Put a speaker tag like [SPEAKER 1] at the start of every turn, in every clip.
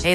[SPEAKER 1] Hey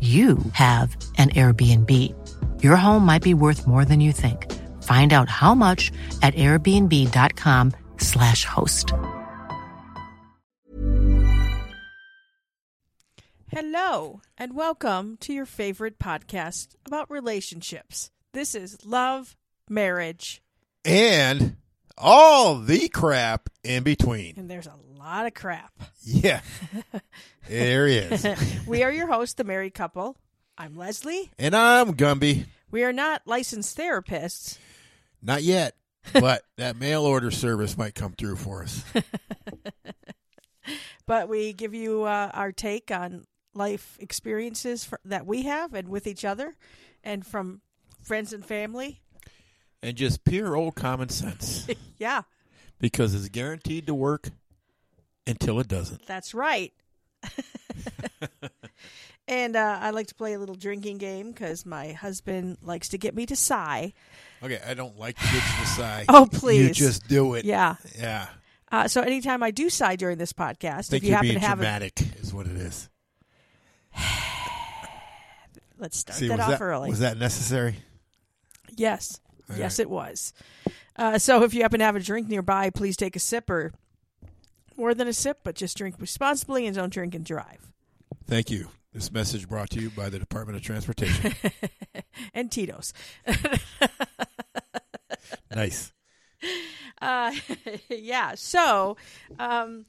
[SPEAKER 1] you have an Airbnb. Your home might be worth more than you think. Find out how much at airbnb.com/slash host.
[SPEAKER 2] Hello, and welcome to your favorite podcast about relationships. This is Love, Marriage,
[SPEAKER 3] and all the crap in between.
[SPEAKER 2] and there's a lot of crap.
[SPEAKER 3] Yeah, there he is.
[SPEAKER 2] we are your host, The Married Couple. I'm Leslie.
[SPEAKER 3] And I'm Gumby.
[SPEAKER 2] We are not licensed therapists.
[SPEAKER 3] Not yet, but that mail order service might come through for us.
[SPEAKER 2] but we give you uh, our take on life experiences for, that we have and with each other and from friends and family.
[SPEAKER 3] And just pure old common sense
[SPEAKER 2] Yeah,
[SPEAKER 3] because it's guaranteed to work until it doesn't.
[SPEAKER 2] that's right. and uh, I like to play a little drinking game because my husband likes to get me to sigh.
[SPEAKER 3] Okay, I don't like to get you to sigh.
[SPEAKER 2] Oh, please.
[SPEAKER 3] You just do it.
[SPEAKER 2] Yeah.
[SPEAKER 3] Yeah.
[SPEAKER 2] Uh, so anytime I do sigh during this podcast,
[SPEAKER 3] think
[SPEAKER 2] if you
[SPEAKER 3] you're
[SPEAKER 2] happen
[SPEAKER 3] being
[SPEAKER 2] to have it,
[SPEAKER 3] dramatic, is what it is.
[SPEAKER 2] let's start
[SPEAKER 3] See,
[SPEAKER 2] that
[SPEAKER 3] was,
[SPEAKER 2] off
[SPEAKER 3] that,
[SPEAKER 2] early.
[SPEAKER 3] was that necessary?
[SPEAKER 2] Yes.
[SPEAKER 3] All
[SPEAKER 2] yes,
[SPEAKER 3] right.
[SPEAKER 2] it was. Uh, so if you happen to have a drink nearby, please take a sip or more than a sip, but just drink responsibly and don't drink and drive.
[SPEAKER 3] Thank you. This message brought to you by the Department of Transportation.
[SPEAKER 2] And Tito's.
[SPEAKER 3] nice.
[SPEAKER 2] Uh, yeah. So, um,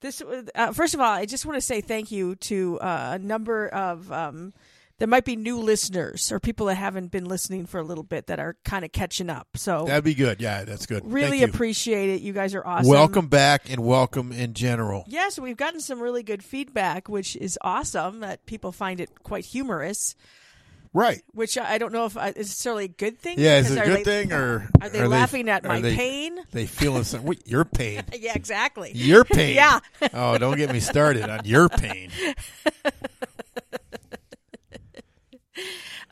[SPEAKER 2] this was- uh, first of all, I just want to say thank you to uh, a number of um, there might be new listeners or people that haven't been listening for a little bit that are kind of catching up. So
[SPEAKER 3] That'd be good. Yeah, that's good.
[SPEAKER 2] really
[SPEAKER 3] Thank you.
[SPEAKER 2] appreciate it. You guys are awesome.
[SPEAKER 3] Welcome back and welcome in general.
[SPEAKER 2] Yes, we've gotten some really good feedback, which is awesome that people find it quite humorous,
[SPEAKER 3] Right.
[SPEAKER 2] which I I don't know if uh, I- it's necessarily a good thing.
[SPEAKER 3] Yeah, is
[SPEAKER 2] because
[SPEAKER 3] it a
[SPEAKER 2] are
[SPEAKER 3] good
[SPEAKER 2] they-
[SPEAKER 3] thing or
[SPEAKER 2] Are they laughing at
[SPEAKER 3] are
[SPEAKER 2] my
[SPEAKER 3] they-
[SPEAKER 2] pain?
[SPEAKER 3] They feeling some what, your pain.
[SPEAKER 2] Yeah, exactly.
[SPEAKER 3] Your pain.
[SPEAKER 2] Yeah.
[SPEAKER 3] Oh, don't get me started on your pain.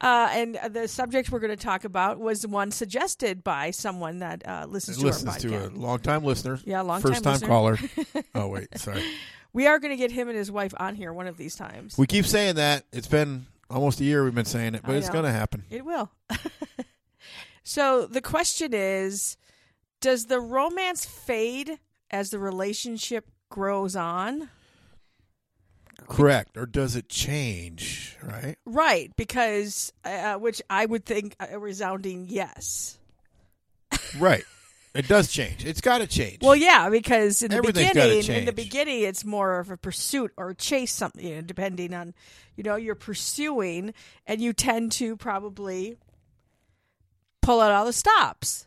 [SPEAKER 2] Uh, and the subject we're going to talk about was one suggested by someone that uh, listens,
[SPEAKER 3] Listens
[SPEAKER 2] to our
[SPEAKER 3] to a
[SPEAKER 2] podcast.
[SPEAKER 3] long time listener.
[SPEAKER 2] Yeah, longtime
[SPEAKER 3] first time
[SPEAKER 2] listener.
[SPEAKER 3] caller. Oh wait, sorry.
[SPEAKER 2] We are going to get him and his wife on here one of these times.
[SPEAKER 3] We keep saying that. It's been almost a year we've been saying it, but
[SPEAKER 2] I
[SPEAKER 3] it's
[SPEAKER 2] know.
[SPEAKER 3] gonna happen.
[SPEAKER 2] It will. so the question is Does the romance fade as the relationship grows on?
[SPEAKER 3] Correct. Or does it change? Right?
[SPEAKER 2] Right, because uh, which I would think a resounding yes.
[SPEAKER 3] Right. It does change. It's gotta change.
[SPEAKER 2] Well, yeah, because in the
[SPEAKER 3] Everything's gotta
[SPEAKER 2] beginning, in the
[SPEAKER 3] change.
[SPEAKER 2] beginning, it's more of a pursuit or chase something, you know, depending on, you know, you're pursuing, and you tend to probably pull out all the stops.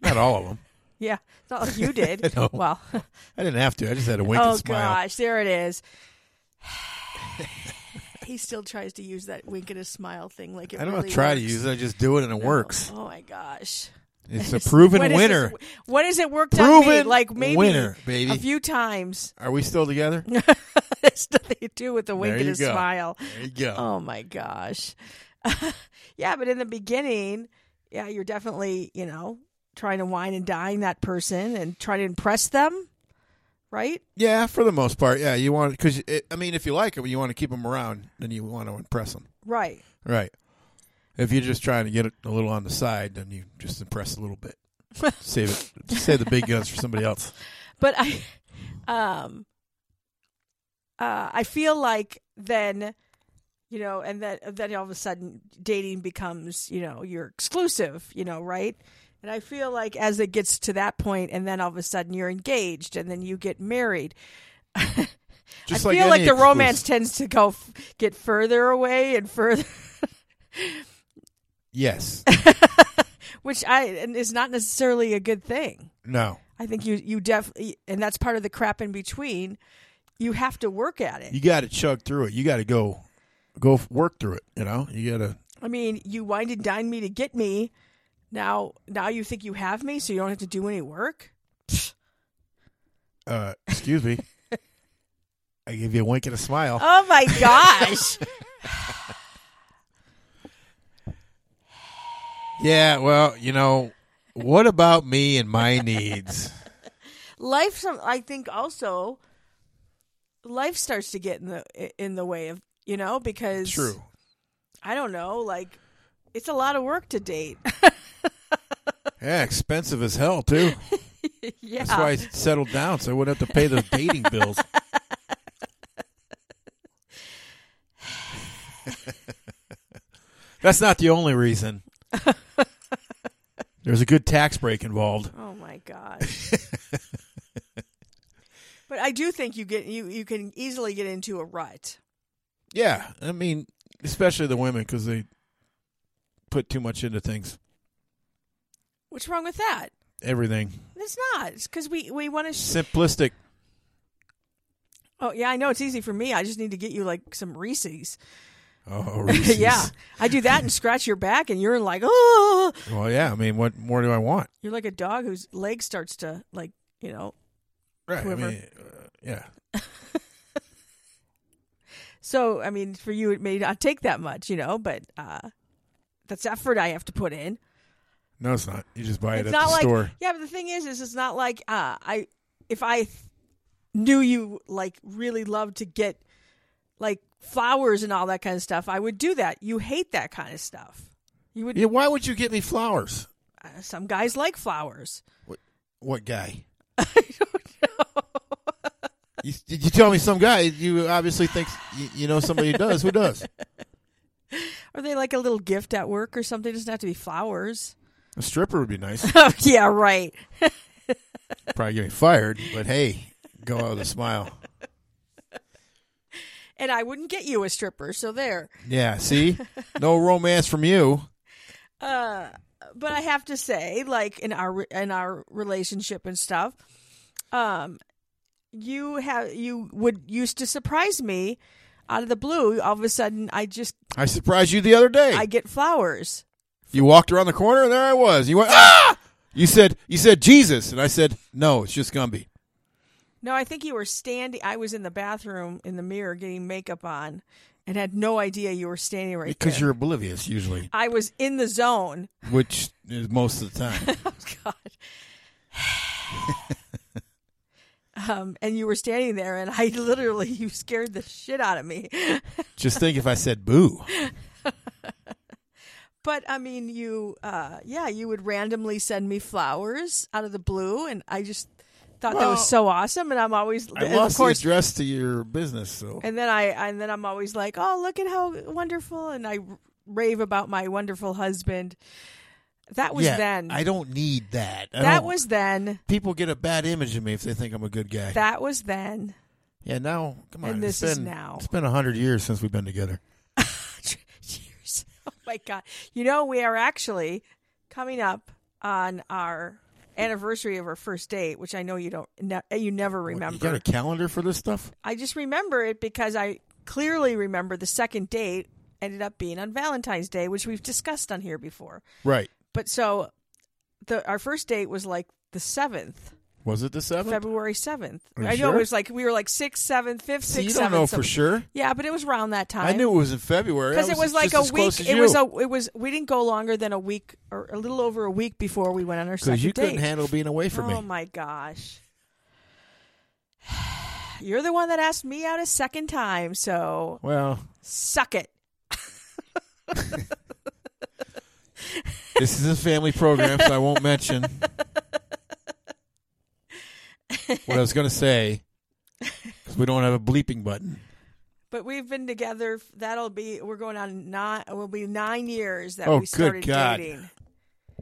[SPEAKER 3] not all of them.
[SPEAKER 2] Yeah, it's not like you did.
[SPEAKER 3] No.
[SPEAKER 2] Well,
[SPEAKER 3] I didn't have to. I just had a wink
[SPEAKER 2] oh
[SPEAKER 3] and smile.
[SPEAKER 2] gosh, there it is. he still tries to use that wink and a smile thing, like it
[SPEAKER 3] I don't
[SPEAKER 2] really
[SPEAKER 3] try to
[SPEAKER 2] works.
[SPEAKER 3] use it. I just do it and it works.
[SPEAKER 2] Oh my gosh.
[SPEAKER 3] It's a proven
[SPEAKER 2] What is this-
[SPEAKER 3] winner.
[SPEAKER 2] what has it worked on me?
[SPEAKER 3] Proven
[SPEAKER 2] Like maybe
[SPEAKER 3] winner, baby.
[SPEAKER 2] a few times.
[SPEAKER 3] Are we still together? There
[SPEAKER 2] It's nothing to do with a wink and
[SPEAKER 3] There you
[SPEAKER 2] a
[SPEAKER 3] go. Uh.
[SPEAKER 2] smile.
[SPEAKER 3] you go.
[SPEAKER 2] Oh my gosh. yeah, but in the beginning, yeah, you're definitely, you know, trying to wine and dine that person and try to impress them, right?
[SPEAKER 3] Yeah, for the most part. Yeah, you want because I mean, if you like them, you want to keep them around, then you want to impress them,
[SPEAKER 2] Right.
[SPEAKER 3] right? If you're just trying to get it a little on the side, then you just impress a little bit. Save it. Save the big guns for somebody else.
[SPEAKER 2] But I um uh I feel like then you know, and that then all of a sudden dating becomes, you know, you're exclusive, you know, right? And I feel like as it gets to that point and then all of a sudden you're engaged and then you get married.
[SPEAKER 3] Just
[SPEAKER 2] I feel like
[SPEAKER 3] any
[SPEAKER 2] the romance
[SPEAKER 3] exclusive-
[SPEAKER 2] tends to go f- get further away and further,
[SPEAKER 3] Yes.
[SPEAKER 2] which I and is not necessarily a good thing.
[SPEAKER 3] No.
[SPEAKER 2] I think you you definitely and that's part of the crap in between. You have to work at it.
[SPEAKER 3] You got to chug through it. You got to go, go f- work through it. You know. You got to
[SPEAKER 2] I mean, you wind and dine me to get me. Now, now you think you have me, so you don't have to do any work.
[SPEAKER 3] Uh, excuse me. I gave you a wink and a smile.
[SPEAKER 2] Oh my gosh!
[SPEAKER 3] Yeah, well, you know, what about me and my needs?
[SPEAKER 2] life, some I think also, life starts to get in the in the way of you know because
[SPEAKER 3] True.
[SPEAKER 2] I don't know, like it's a lot of work to date.
[SPEAKER 3] Yeah, expensive as hell too.
[SPEAKER 2] yeah,
[SPEAKER 3] That's why I settled down so I wouldn't have to pay those dating bills. That's not the only reason. There's a good tax break involved.
[SPEAKER 2] Oh my gosh. but I do think you get you you can easily get into a rut.
[SPEAKER 3] Yeah, I mean, especially the women because they put too much into things.
[SPEAKER 2] What's wrong with that?
[SPEAKER 3] Everything
[SPEAKER 2] It's not. It's because we we want to. Sh-
[SPEAKER 3] simplistic.
[SPEAKER 2] oh yeah, I know it's easy for me. I just need to get you like some Reese's.
[SPEAKER 3] Oh, Reese's.
[SPEAKER 2] yeah, I do that and scratch your back, and you're like, oh,
[SPEAKER 3] Well, yeah. I mean, what more do I want?
[SPEAKER 2] you're like a dog whose leg starts to like you know.
[SPEAKER 3] Right. I
[SPEAKER 2] Whoever.
[SPEAKER 3] mean, uh, yeah.
[SPEAKER 2] So I mean, for you it may not take that much, you know, but uh that's effort I have to put in.
[SPEAKER 3] No, it's not. You just buy it
[SPEAKER 2] it's
[SPEAKER 3] at
[SPEAKER 2] not
[SPEAKER 3] the
[SPEAKER 2] like
[SPEAKER 3] store.
[SPEAKER 2] yeah but the thing is is it's not like uh i if i th- knew you like really loved to get like flowers and all that kind of stuff i would do that you hate that kind of stuff you would
[SPEAKER 3] Yeah. Why would you get me flowers?
[SPEAKER 2] uh, some guys like flowers
[SPEAKER 3] What guy?
[SPEAKER 2] i don't know
[SPEAKER 3] You, you tell me some guy you obviously thinks you, you know somebody who does. Who does?
[SPEAKER 2] or they like a little gift at work or something it doesn't have to be flowers
[SPEAKER 3] A stripper would be nice.
[SPEAKER 2] yeah right
[SPEAKER 3] Probably get me fired, but hey, go out with a smile.
[SPEAKER 2] and i wouldn't get you a stripper so there
[SPEAKER 3] Yeah. See, no romance from you.
[SPEAKER 2] uh but i have to say like in our in our relationship and stuff um you have you would used to surprise me out of the blue all of a sudden i just
[SPEAKER 3] I surprised you the other day.
[SPEAKER 2] i get flowers
[SPEAKER 3] You walked around the corner, and there I was. You went, ah! You said, you said Jesus, and I said, no, it's just Gumby.
[SPEAKER 2] no i think you were standing i was in the bathroom in the mirror getting makeup on and had no idea you were standing right
[SPEAKER 3] Because
[SPEAKER 2] there.
[SPEAKER 3] you're oblivious usually,
[SPEAKER 2] i was in the zone
[SPEAKER 3] which is most of the time.
[SPEAKER 2] oh god um and you were standing there and i literally you scared the shit out of me
[SPEAKER 3] just think if I said boo.
[SPEAKER 2] But I mean, you, uh, yeah, you would randomly send me flowers out of the blue, and I just thought that
[SPEAKER 3] Well,
[SPEAKER 2] was so awesome. And I'm always,
[SPEAKER 3] I
[SPEAKER 2] and
[SPEAKER 3] lost
[SPEAKER 2] of course,
[SPEAKER 3] the address to your business, so
[SPEAKER 2] and then I, and then I'm always like, oh, look at how wonderful, and I rave about my wonderful husband. That was
[SPEAKER 3] yeah,
[SPEAKER 2] then.
[SPEAKER 3] I don't need that. I
[SPEAKER 2] that
[SPEAKER 3] don't-
[SPEAKER 2] was then.
[SPEAKER 3] people get a bad image of me if they think I'm a good guy.
[SPEAKER 2] That was then.
[SPEAKER 3] yeah, now come on.
[SPEAKER 2] And
[SPEAKER 3] it's
[SPEAKER 2] this is
[SPEAKER 3] been-
[SPEAKER 2] now.
[SPEAKER 3] It's been a hundred years since we've been together.
[SPEAKER 2] Cheers. Oh my God. You know, we are actually coming up on our anniversary of our first date, which I know you don't, ne- you never remember.
[SPEAKER 3] You got a calendar for this stuff?
[SPEAKER 2] I just remember it because I clearly remember the second date ended up being on Valentine's Day, which we've discussed on here before.
[SPEAKER 3] Right.
[SPEAKER 2] But so the our first date was like the seventh,
[SPEAKER 3] Was it the seventh?
[SPEAKER 2] February seventh.
[SPEAKER 3] Are you
[SPEAKER 2] I know
[SPEAKER 3] sure?
[SPEAKER 2] it was like we were like sixth, seventh, fifth,
[SPEAKER 3] See, you
[SPEAKER 2] sixth,
[SPEAKER 3] don't
[SPEAKER 2] seventh.
[SPEAKER 3] know for
[SPEAKER 2] something.
[SPEAKER 3] sure.
[SPEAKER 2] Yeah, but it was around that time.
[SPEAKER 3] I knew it was in February I
[SPEAKER 2] because it was like
[SPEAKER 3] just
[SPEAKER 2] a
[SPEAKER 3] as close
[SPEAKER 2] week.
[SPEAKER 3] as
[SPEAKER 2] It
[SPEAKER 3] you.
[SPEAKER 2] was a. It was. We didn't go longer than a week or a little over a week before we went on our second
[SPEAKER 3] Because you
[SPEAKER 2] date.
[SPEAKER 3] couldn't handle being away from
[SPEAKER 2] oh
[SPEAKER 3] me.
[SPEAKER 2] my gosh. You're the one that asked me out a second time, so
[SPEAKER 3] Well,
[SPEAKER 2] suck it.
[SPEAKER 3] this is a family program, so I won't mention what I was going to say because we don't have a bleeping button.
[SPEAKER 2] But we've been together. That'll be we're going on nine. It will be nine years that
[SPEAKER 3] Oh,
[SPEAKER 2] we
[SPEAKER 3] good
[SPEAKER 2] started
[SPEAKER 3] God.
[SPEAKER 2] dating,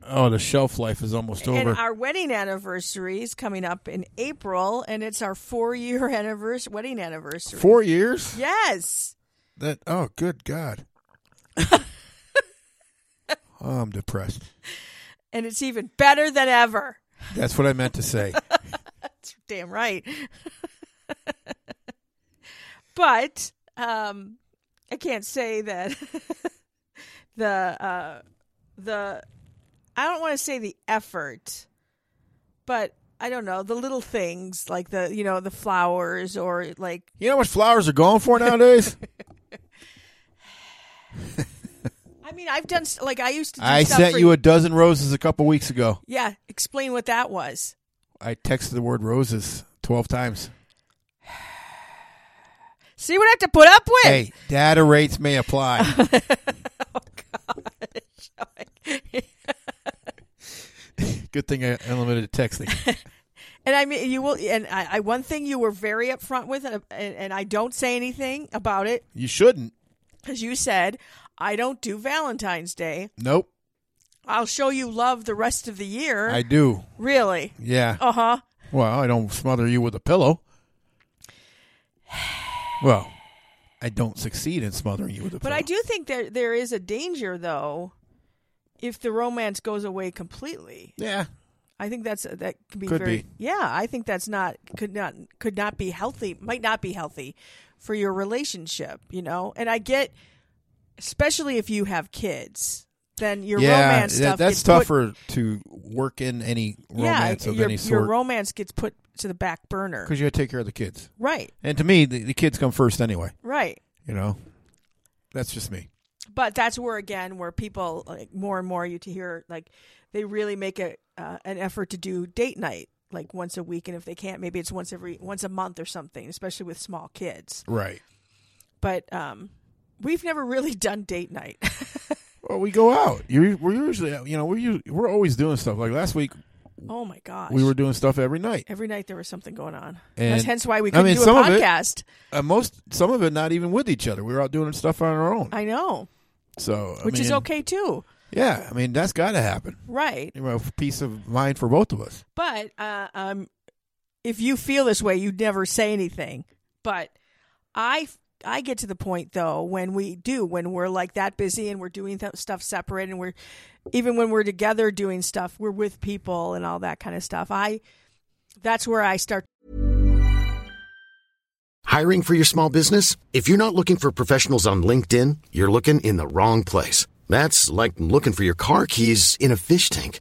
[SPEAKER 3] Oh, the shelf life is almost over.
[SPEAKER 2] and our wedding anniversary is coming up in April, and it's our four-year anniversary, wedding anniversary.
[SPEAKER 3] Four years?
[SPEAKER 2] Yes,
[SPEAKER 3] That oh, good God. oh, I'm depressed.
[SPEAKER 2] and it's even better than ever.
[SPEAKER 3] That's what I meant to say.
[SPEAKER 2] That's damn right. but um, I can't say that the uh, the I don't want to say the effort, but I don't know the little things like the you know the flowers or like
[SPEAKER 3] You know how much flowers are going for nowadays?
[SPEAKER 2] I mean I've done s- like I used to. Do
[SPEAKER 3] I
[SPEAKER 2] stuff
[SPEAKER 3] sent
[SPEAKER 2] for-
[SPEAKER 3] you a dozen roses a couple weeks ago.
[SPEAKER 2] yeah. Explain what that was.
[SPEAKER 3] I texted the word roses 12 times.
[SPEAKER 2] See what I have to put up with.
[SPEAKER 3] Hey, data rates may apply.
[SPEAKER 2] Oh,
[SPEAKER 3] Good thing I unlimited texting.
[SPEAKER 2] And I mean, you will. And I, I, one thing you were very upfront with, and, and, and I don't say anything about it,
[SPEAKER 3] You shouldn't.
[SPEAKER 2] as you said, I don't do Valentine's Day.
[SPEAKER 3] Nope.
[SPEAKER 2] I'll show you love the rest of the year.
[SPEAKER 3] I do.
[SPEAKER 2] really?
[SPEAKER 3] Yeah.
[SPEAKER 2] Uh huh.
[SPEAKER 3] Well, I don't smother you with a pillow. Well, I don't succeed in smothering you with a
[SPEAKER 2] But
[SPEAKER 3] pillow.
[SPEAKER 2] I do think there there is a danger, though, if the romance goes away completely.
[SPEAKER 3] Yeah.
[SPEAKER 2] I think that's that can be
[SPEAKER 3] Could
[SPEAKER 2] very.
[SPEAKER 3] be.
[SPEAKER 2] Yeah, I think that's not could not could not be healthy. Might not be healthy for your relationship. You know, and I get, especially if you have kids, then your
[SPEAKER 3] yeah,
[SPEAKER 2] romance
[SPEAKER 3] that-
[SPEAKER 2] stuff
[SPEAKER 3] that's
[SPEAKER 2] gets put-
[SPEAKER 3] tougher to work in any
[SPEAKER 2] yeah,
[SPEAKER 3] romance of
[SPEAKER 2] your,
[SPEAKER 3] any
[SPEAKER 2] your
[SPEAKER 3] sort
[SPEAKER 2] romance gets put to the back burner.
[SPEAKER 3] because you got to take care of the kids.
[SPEAKER 2] right,
[SPEAKER 3] And to me, the, the kids come first anyway.
[SPEAKER 2] right.
[SPEAKER 3] You know, that's just me.
[SPEAKER 2] but that's where again where people like more and more you to hear like they really make a uh, an effort to do date night like once a week and if they can't maybe it's once every once a month or something especially with small kids
[SPEAKER 3] Right.
[SPEAKER 2] but um we've never really done date night
[SPEAKER 3] Well, we go out. you we're usually, you know, we're usually, we're always doing stuff. Like last week,
[SPEAKER 2] oh my gosh
[SPEAKER 3] we were doing stuff every night.
[SPEAKER 2] every night there was something going on
[SPEAKER 3] And-
[SPEAKER 2] that's hence why we
[SPEAKER 3] I
[SPEAKER 2] couldn't
[SPEAKER 3] mean,
[SPEAKER 2] do a
[SPEAKER 3] some of it-
[SPEAKER 2] podcast
[SPEAKER 3] Uh, most, some of it, not even with each other. We were out doing stuff on our own.
[SPEAKER 2] i know
[SPEAKER 3] so, I
[SPEAKER 2] which is
[SPEAKER 3] mean,
[SPEAKER 2] okay too
[SPEAKER 3] Yeah, I mean that's got to happen.
[SPEAKER 2] right
[SPEAKER 3] You know, peace of mind for both of us.
[SPEAKER 2] But uh, um, if you feel this way, you'd never say anything. But I I get to the point though when we do when we're like that busy and we're doing th- stuff separate and we're even when we're together doing stuff, we're with people and all that kind of stuff. I that's where I start
[SPEAKER 4] Hiring for your small business? If you're not looking for professionals on LinkedIn, you're looking in the wrong place. That's like looking for your car keys in a fish tank.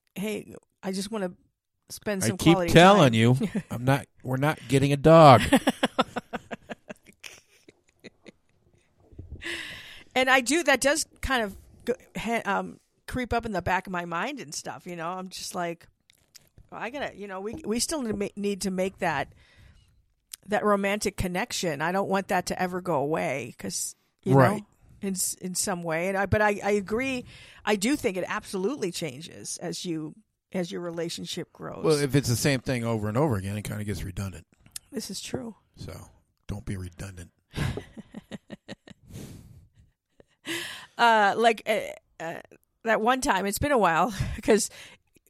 [SPEAKER 2] hey, I just want to spend some
[SPEAKER 3] I keep
[SPEAKER 2] quality
[SPEAKER 3] telling
[SPEAKER 2] time.
[SPEAKER 3] you, I'm not. We're not getting a dog.
[SPEAKER 2] and I do that does kind of go- ha- um, creep up in the back of my mind and stuff. You know, I'm just like, well, I gotta, you know, we we still need to ma- need to make that that romantic connection. I don't want that to ever go away because you
[SPEAKER 3] Right.
[SPEAKER 2] know. In, s- in some way and I, but I, I agree I do think it absolutely changes as you as your relationship grows
[SPEAKER 3] well, if it's the same thing over and over again, it kind of gets redundant.
[SPEAKER 2] this is true
[SPEAKER 3] So don't be redundant.
[SPEAKER 2] uh, like uh, uh, that one time. It's been a while because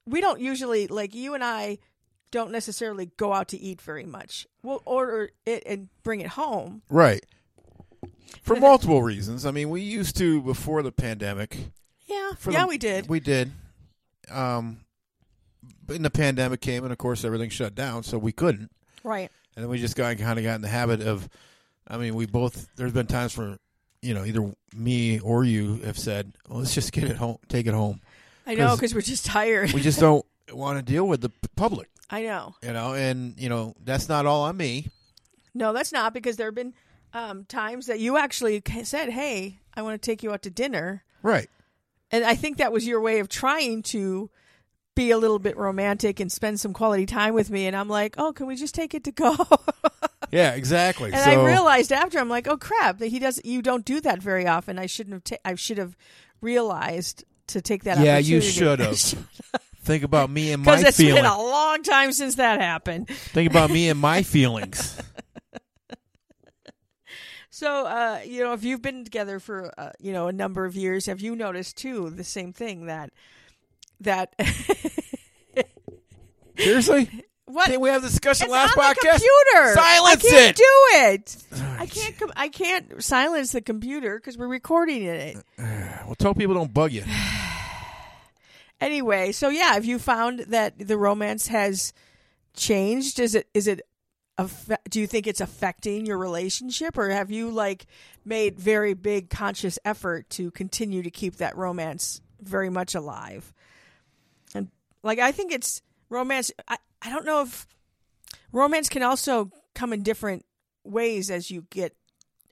[SPEAKER 2] we don't usually like you and I don't necessarily go out to eat very much. We'll order it and bring it home.
[SPEAKER 3] Right. For multiple reasons. I mean, we used to before the pandemic.
[SPEAKER 2] Yeah,
[SPEAKER 3] For
[SPEAKER 2] yeah,
[SPEAKER 3] the-
[SPEAKER 2] we did.
[SPEAKER 3] We did. Um, but then the pandemic came, and of course, everything shut down, so we couldn't.
[SPEAKER 2] right.
[SPEAKER 3] and then we just got kind of got in the habit of i mean we both there's been times where you know either me or you have said well, let's just get it home take it home
[SPEAKER 2] I know
[SPEAKER 3] 'Cause-
[SPEAKER 2] because we're just tired.
[SPEAKER 3] we just don't want to deal with the p- public
[SPEAKER 2] I know.
[SPEAKER 3] you know and you know that's not all on me
[SPEAKER 2] No, that's not because there have been um, times that you actually ca- said, "Hey, I want to take you out to dinner,"
[SPEAKER 3] right
[SPEAKER 2] And I think that was your way of trying to be a little bit romantic and spend some quality time with me. And I'm like, oh, can we just take it to go?
[SPEAKER 3] Yeah, exactly.
[SPEAKER 2] and
[SPEAKER 3] so,
[SPEAKER 2] I realized after I'm like, oh crap, that he does. You don't do that very often. I shouldn't have. Ta- I should have realized to take that.
[SPEAKER 3] Yeah, you
[SPEAKER 2] opportunity.
[SPEAKER 3] should have. think about me and my
[SPEAKER 2] Because it's been a
[SPEAKER 3] feelings.
[SPEAKER 2] long time since that happened.
[SPEAKER 3] Think about me and my feelings.
[SPEAKER 2] So, uh, you know, if you've been together for uh, you know a number of years, have you noticed too the same thing that that
[SPEAKER 3] Seriously?
[SPEAKER 2] what
[SPEAKER 3] Didn't we have this discussion
[SPEAKER 2] It's
[SPEAKER 3] last
[SPEAKER 2] on the
[SPEAKER 3] podcast?
[SPEAKER 2] computer.
[SPEAKER 3] Silence
[SPEAKER 2] I can't
[SPEAKER 3] it.
[SPEAKER 2] Do it. I can't. Com- I can't silence the computer because we're recording it.
[SPEAKER 3] Uh. well, tell people don't bug you.
[SPEAKER 2] Anyway, so yeah, have you found that the romance has changed? Is it is it affe- do you think it's affecting your relationship or have you like made very big conscious effort to continue to keep that romance very much alive? And like I think it's romance I, I don't know if romance can also come in different ways as you get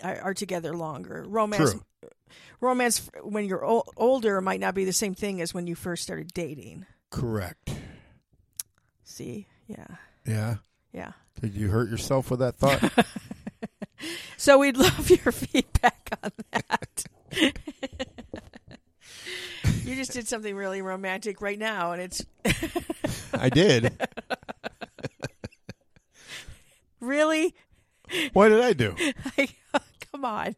[SPEAKER 2] are, are together longer. Romance
[SPEAKER 3] True.
[SPEAKER 2] romance f- when you're o- older might not be the same thing as when you first started dating.
[SPEAKER 3] Correct.
[SPEAKER 2] See, yeah,
[SPEAKER 3] Yeah.
[SPEAKER 2] yeah.
[SPEAKER 3] Did you hurt yourself with that thought?
[SPEAKER 2] So we'd love your feedback on that. you just did something really romantic right now, and it's
[SPEAKER 3] I did.
[SPEAKER 2] really.
[SPEAKER 3] What did I do?
[SPEAKER 2] Like, come on.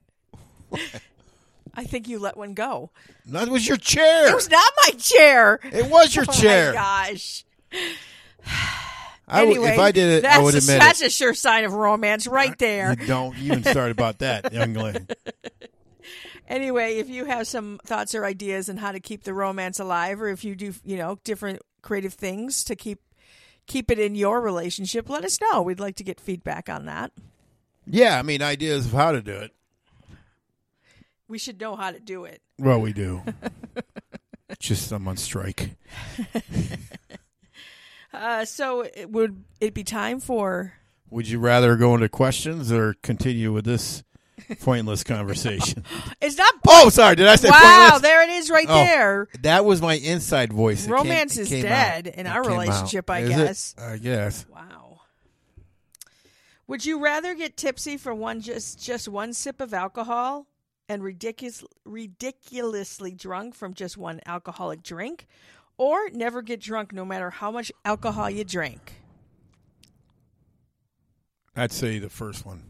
[SPEAKER 2] I think you let one go.
[SPEAKER 3] That was your chair.
[SPEAKER 2] It was not my chair.
[SPEAKER 3] It was your
[SPEAKER 2] oh My
[SPEAKER 3] chair.
[SPEAKER 2] gosh.
[SPEAKER 3] I would-
[SPEAKER 2] Anyway,
[SPEAKER 3] if I did it,
[SPEAKER 2] that's
[SPEAKER 3] I would
[SPEAKER 2] a,
[SPEAKER 3] admit
[SPEAKER 2] that's
[SPEAKER 3] it.
[SPEAKER 2] a sure sign of romance right there.
[SPEAKER 3] You don't even start about that, young lady.
[SPEAKER 2] anyway, if you have some thoughts or ideas on how to keep the romance alive, or if you do, you know, different creative things to keep keep it in your relationship, let us know. We'd like to get feedback on that.
[SPEAKER 3] Yeah, I mean, ideas of how to do it.
[SPEAKER 2] We should know how to do it.
[SPEAKER 3] Well, we do. Just I'm on strike.
[SPEAKER 2] Uh, so, it would it be time for?
[SPEAKER 3] Would you rather go into questions or continue with this pointless conversation?
[SPEAKER 2] It's not.
[SPEAKER 3] oh, sorry. Did I say
[SPEAKER 2] wow,
[SPEAKER 3] pointless?
[SPEAKER 2] there it is right
[SPEAKER 3] Oh.
[SPEAKER 2] there.
[SPEAKER 3] That was my inside voice. It came-
[SPEAKER 2] Romance
[SPEAKER 3] it
[SPEAKER 2] is
[SPEAKER 3] came
[SPEAKER 2] dead
[SPEAKER 3] out.
[SPEAKER 2] in
[SPEAKER 3] It
[SPEAKER 2] our
[SPEAKER 3] came out.
[SPEAKER 2] relationship, I
[SPEAKER 3] Is it?
[SPEAKER 2] guess.
[SPEAKER 3] I guess.
[SPEAKER 2] Wow. Would you rather get tipsy for one just just one sip of alcohol and ridiculous ridiculously drunk from just one alcoholic drink or never get drunk no matter how much alcohol you drink?
[SPEAKER 3] I'd say the first one.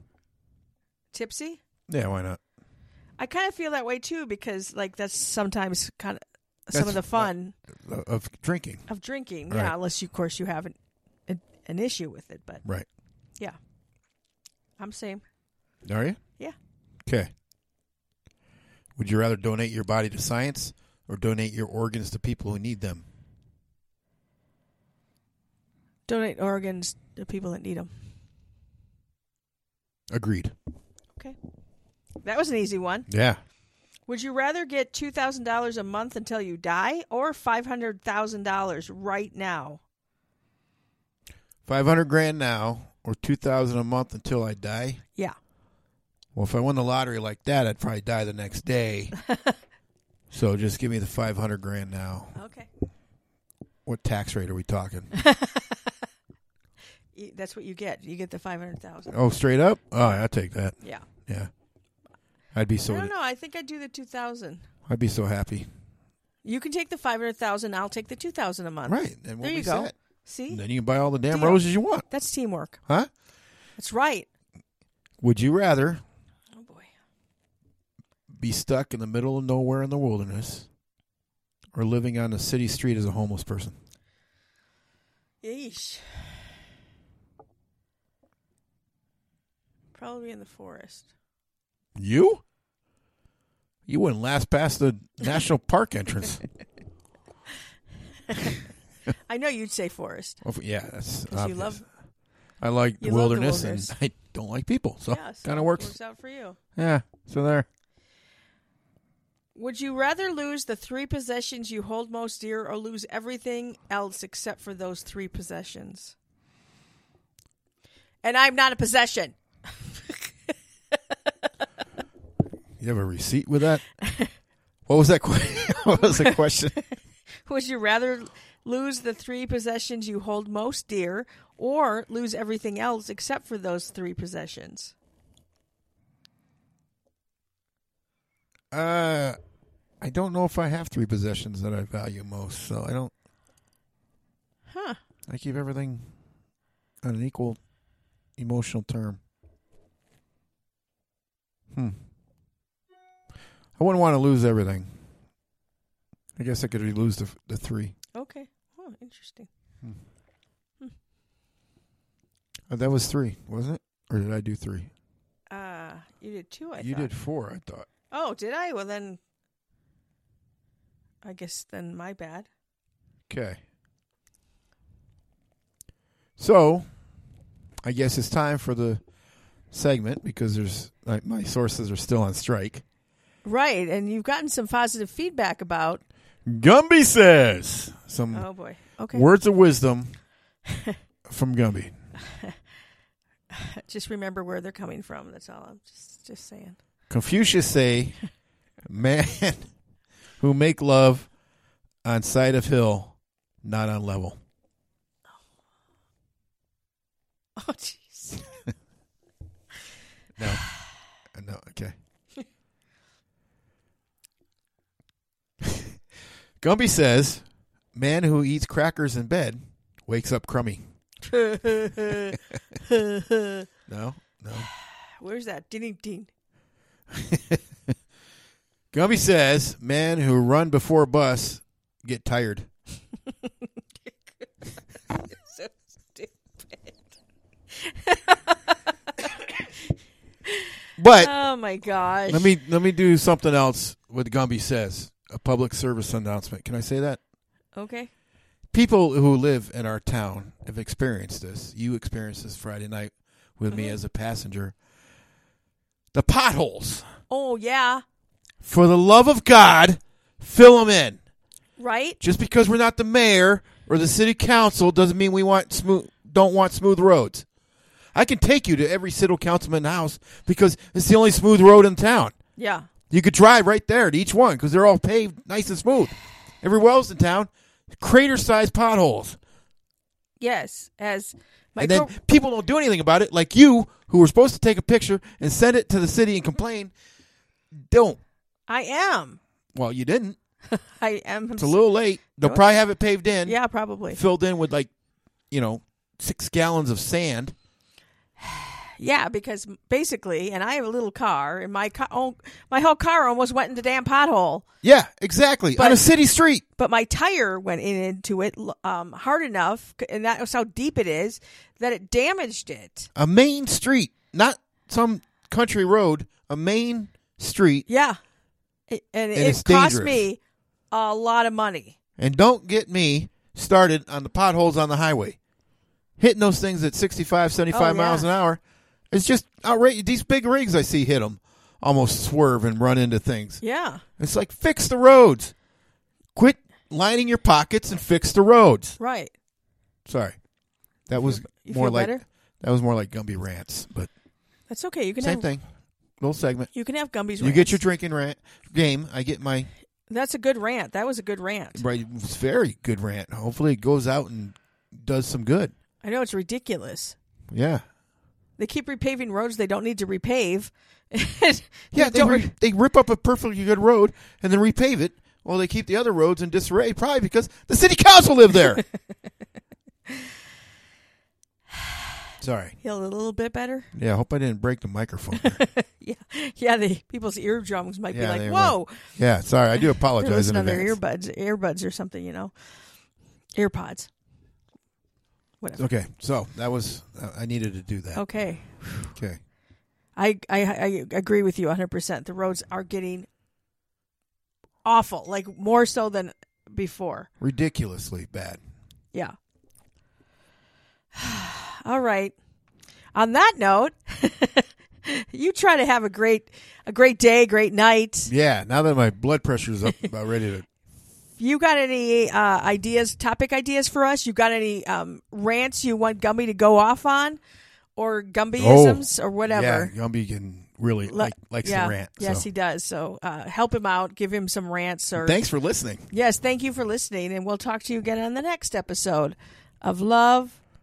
[SPEAKER 2] Tipsy?
[SPEAKER 3] Yeah, why not?
[SPEAKER 2] I kind of feel that way too because like that's sometimes kind of some
[SPEAKER 3] That's
[SPEAKER 2] of the fun
[SPEAKER 3] Of- Of drinking.
[SPEAKER 2] of drinking.
[SPEAKER 3] Right.
[SPEAKER 2] Yeah, unless you, of course you have an, an an issue with it, but
[SPEAKER 3] Right.
[SPEAKER 2] yeah. I'm same.
[SPEAKER 3] Are you?
[SPEAKER 2] Yeah.
[SPEAKER 3] Okay. Would you rather donate your body to science or donate your organs to people who need them?
[SPEAKER 2] Donate organs to people that need them.
[SPEAKER 3] Agreed.
[SPEAKER 2] Okay. That was an easy one.
[SPEAKER 3] Yeah.
[SPEAKER 2] Would you rather get $2,000 a month until you die or $500,000 right now?
[SPEAKER 3] Five hundred grand now, or two thousand a month until I die.
[SPEAKER 2] Yeah.
[SPEAKER 3] Well, if I won the lottery like that, I'd probably die the next day. so just give me the five hundred grand now.
[SPEAKER 2] Okay.
[SPEAKER 3] What tax rate are we talking?
[SPEAKER 2] Y- That's what you get. You get the 500000
[SPEAKER 3] oh, straight up. Oh, I'll take that.
[SPEAKER 2] Yeah.
[SPEAKER 3] Yeah. I'd be
[SPEAKER 2] I
[SPEAKER 3] so.
[SPEAKER 2] don't know. I think I'd do the 2000
[SPEAKER 3] I'd be so happy.
[SPEAKER 2] You can take the 500000 I'll take the 2000 a month.
[SPEAKER 3] Right. And we'll
[SPEAKER 2] there you
[SPEAKER 3] be
[SPEAKER 2] go.
[SPEAKER 3] set.
[SPEAKER 2] See?
[SPEAKER 3] And then you can buy all the damn
[SPEAKER 2] Deal.
[SPEAKER 3] roses you want,
[SPEAKER 2] That's teamwork.
[SPEAKER 3] huh?
[SPEAKER 2] That's right.
[SPEAKER 3] Would you rather
[SPEAKER 2] Oh, boy.
[SPEAKER 3] be stuck in the middle of nowhere in the wilderness or living on a city street as a homeless person?
[SPEAKER 2] Yeesh. Probably in the forest.
[SPEAKER 3] You? You wouldn't last past the national park entrance.
[SPEAKER 2] I know you'd say forest.
[SPEAKER 3] Well, Oh, yeah, that's
[SPEAKER 2] 'Cause you
[SPEAKER 3] obvious.
[SPEAKER 2] love-
[SPEAKER 3] I like
[SPEAKER 2] you
[SPEAKER 3] the
[SPEAKER 2] love the
[SPEAKER 3] wilderness,
[SPEAKER 2] wilderness.
[SPEAKER 3] and I don't like people, so
[SPEAKER 2] yeah, so
[SPEAKER 3] kind
[SPEAKER 2] it
[SPEAKER 3] of works.
[SPEAKER 2] Works out for you.
[SPEAKER 3] Yeah, so there.
[SPEAKER 2] Would you rather lose the three possessions you hold most dear or lose everything else except for those three possessions? And I'm not a possession.
[SPEAKER 3] You have a receipt with that? What was that? que- what was the question?
[SPEAKER 2] Would you rather lose the three possessions you hold most dear or lose everything else except for those three possessions?
[SPEAKER 3] Uh, I don't know if I have three possessions that I value most, so I don't.
[SPEAKER 2] Huh.
[SPEAKER 3] I keep everything on an equal emotional term. Hmm. I wouldn't want to lose everything. I guess I could lose the the three.
[SPEAKER 2] Okay. Oh, interesting.
[SPEAKER 3] Uh, that was three, wasn't it? Or did I do three?
[SPEAKER 2] Uh, you did two, I
[SPEAKER 3] you
[SPEAKER 2] thought.
[SPEAKER 3] did four, I thought.
[SPEAKER 2] Oh, did I? Well, then I guess then my bad.
[SPEAKER 3] Okay. So, I guess it's time for the segment because there's like my sources are still on strike.
[SPEAKER 2] Right, and you've gotten some positive feedback about.
[SPEAKER 3] Gumby says some
[SPEAKER 2] Oh boy. Okay.
[SPEAKER 3] words of wisdom from Gumby.
[SPEAKER 2] Just remember where they're coming from. That's all I'm just just saying.
[SPEAKER 3] Confucius say, "Man who make love on side of hill, not on level."
[SPEAKER 2] Oh jeez.
[SPEAKER 3] No, no, okay. Gumby says, "Man who eats crackers in bed wakes up crummy." No, no.
[SPEAKER 2] Where's that? Ding ding.
[SPEAKER 3] Gumby says, "Man who run before bus get tired."
[SPEAKER 2] So stupid.
[SPEAKER 3] But
[SPEAKER 2] Oh my gosh.
[SPEAKER 3] let me let me do something else. What Gumby says, a public service announcement. Can I say that?
[SPEAKER 2] Okay.
[SPEAKER 3] people who live in our town have experienced this. You experienced this Friday night with me as a passenger. The potholes,
[SPEAKER 2] Oh yeah.
[SPEAKER 3] for the love of God, fill them in.
[SPEAKER 2] Right.
[SPEAKER 3] Just because we're not the mayor or the city council doesn't mean we want smooth don't want smooth roads. I can take you to every city councilman's house because it's the only smooth road in town.
[SPEAKER 2] Yeah.
[SPEAKER 3] You could drive right there to each one because they're all paved nice and smooth. Everywhere else in town, crater-sized potholes.
[SPEAKER 2] Yes. As my
[SPEAKER 3] and then
[SPEAKER 2] girl-
[SPEAKER 3] people don't do anything about it, like you, who were supposed to take a picture and send it to the city and complain. Don't.
[SPEAKER 2] I am.
[SPEAKER 3] Well, you didn't.
[SPEAKER 2] I am.
[SPEAKER 3] It's a little late. They'll probably have it paved in,
[SPEAKER 2] Yeah, probably.
[SPEAKER 3] filled in with like, you know, six gallons of sand.
[SPEAKER 2] Yeah, because basically, and I have a little car, and my car, oh, my whole car almost went in the damn pothole,
[SPEAKER 3] Yeah, exactly.
[SPEAKER 2] But-
[SPEAKER 3] on a city street.
[SPEAKER 2] but my tire went in into it l- um, hard enough, c- and that was how deep it is that it damaged it.
[SPEAKER 3] A main street. Not some country road. A main street.
[SPEAKER 2] Yeah, It- and, it
[SPEAKER 3] it's
[SPEAKER 2] cost
[SPEAKER 3] dangerous.
[SPEAKER 2] me a lot of money.
[SPEAKER 3] And don't get me started on the potholes on the highway. Hitting those things at 65, 75
[SPEAKER 2] Oh, yeah.
[SPEAKER 3] miles an hour. It's just outrageous. These big rigs I see hit them almost swerve and run into things.
[SPEAKER 2] Yeah,
[SPEAKER 3] It's like, fix the roads. Quit lining your pockets and fix the roads.
[SPEAKER 2] right.
[SPEAKER 3] Sorry. That was
[SPEAKER 2] you
[SPEAKER 3] more
[SPEAKER 2] feel
[SPEAKER 3] like
[SPEAKER 2] better?
[SPEAKER 3] that was more like Gumby rants, but
[SPEAKER 2] That's okay. You can
[SPEAKER 3] same
[SPEAKER 2] have,
[SPEAKER 3] thing. Little segment.
[SPEAKER 2] You can have Gumby's.
[SPEAKER 3] You get your drinking rant game. I get my
[SPEAKER 2] That's a good rant. That was a good rant.
[SPEAKER 3] right. It was very good rant. Hopefully, it goes out and does some good.
[SPEAKER 2] I know it's ridiculous.
[SPEAKER 3] Yeah.
[SPEAKER 2] They keep repaving roads they don't need to repave.
[SPEAKER 3] Yeah, they,
[SPEAKER 2] don't
[SPEAKER 3] rip,
[SPEAKER 2] re-
[SPEAKER 3] they rip up a perfectly good road and then repave it while they keep the other roads in disarray, probably because the city council live there. Sorry.
[SPEAKER 2] feel a little bit better.
[SPEAKER 3] Yeah, I hope I didn't break the microphone. there.
[SPEAKER 2] Yeah, yeah. The people's eardrums might
[SPEAKER 3] Yeah,
[SPEAKER 2] be
[SPEAKER 3] they
[SPEAKER 2] like,
[SPEAKER 3] were.
[SPEAKER 2] "Whoa!"
[SPEAKER 3] yeah, sorry. I do
[SPEAKER 2] They're
[SPEAKER 3] apologize in
[SPEAKER 2] listening on
[SPEAKER 3] advance.
[SPEAKER 2] their earbuds, earbuds or something, you know, earpods. Whatever.
[SPEAKER 3] Okay, so that was uh, I I needed to do that.
[SPEAKER 2] Okay,
[SPEAKER 3] Okay.
[SPEAKER 2] I I, I agree with you 100. percent The roads are getting awful, like more so than before.
[SPEAKER 3] Ridiculously bad.
[SPEAKER 2] Yeah. All right. On that note, you try to have a great a great day, great night.
[SPEAKER 3] Yeah, now that my blood pressure's up, about ready to.
[SPEAKER 2] you got any uh, ideas, topic ideas for us? You got any um, rants you want Gumby to go off on, or Gumbyisms, or whatever?
[SPEAKER 3] Yeah, Gumby can really
[SPEAKER 2] Le-
[SPEAKER 3] like, likes
[SPEAKER 2] yeah.
[SPEAKER 3] to rant.
[SPEAKER 2] Yes,
[SPEAKER 3] so.
[SPEAKER 2] he does. So uh, help him out. Give him some rants. Or
[SPEAKER 3] Thanks for listening.
[SPEAKER 2] yes, thank you for listening, and we'll talk to you again on the next episode of Love,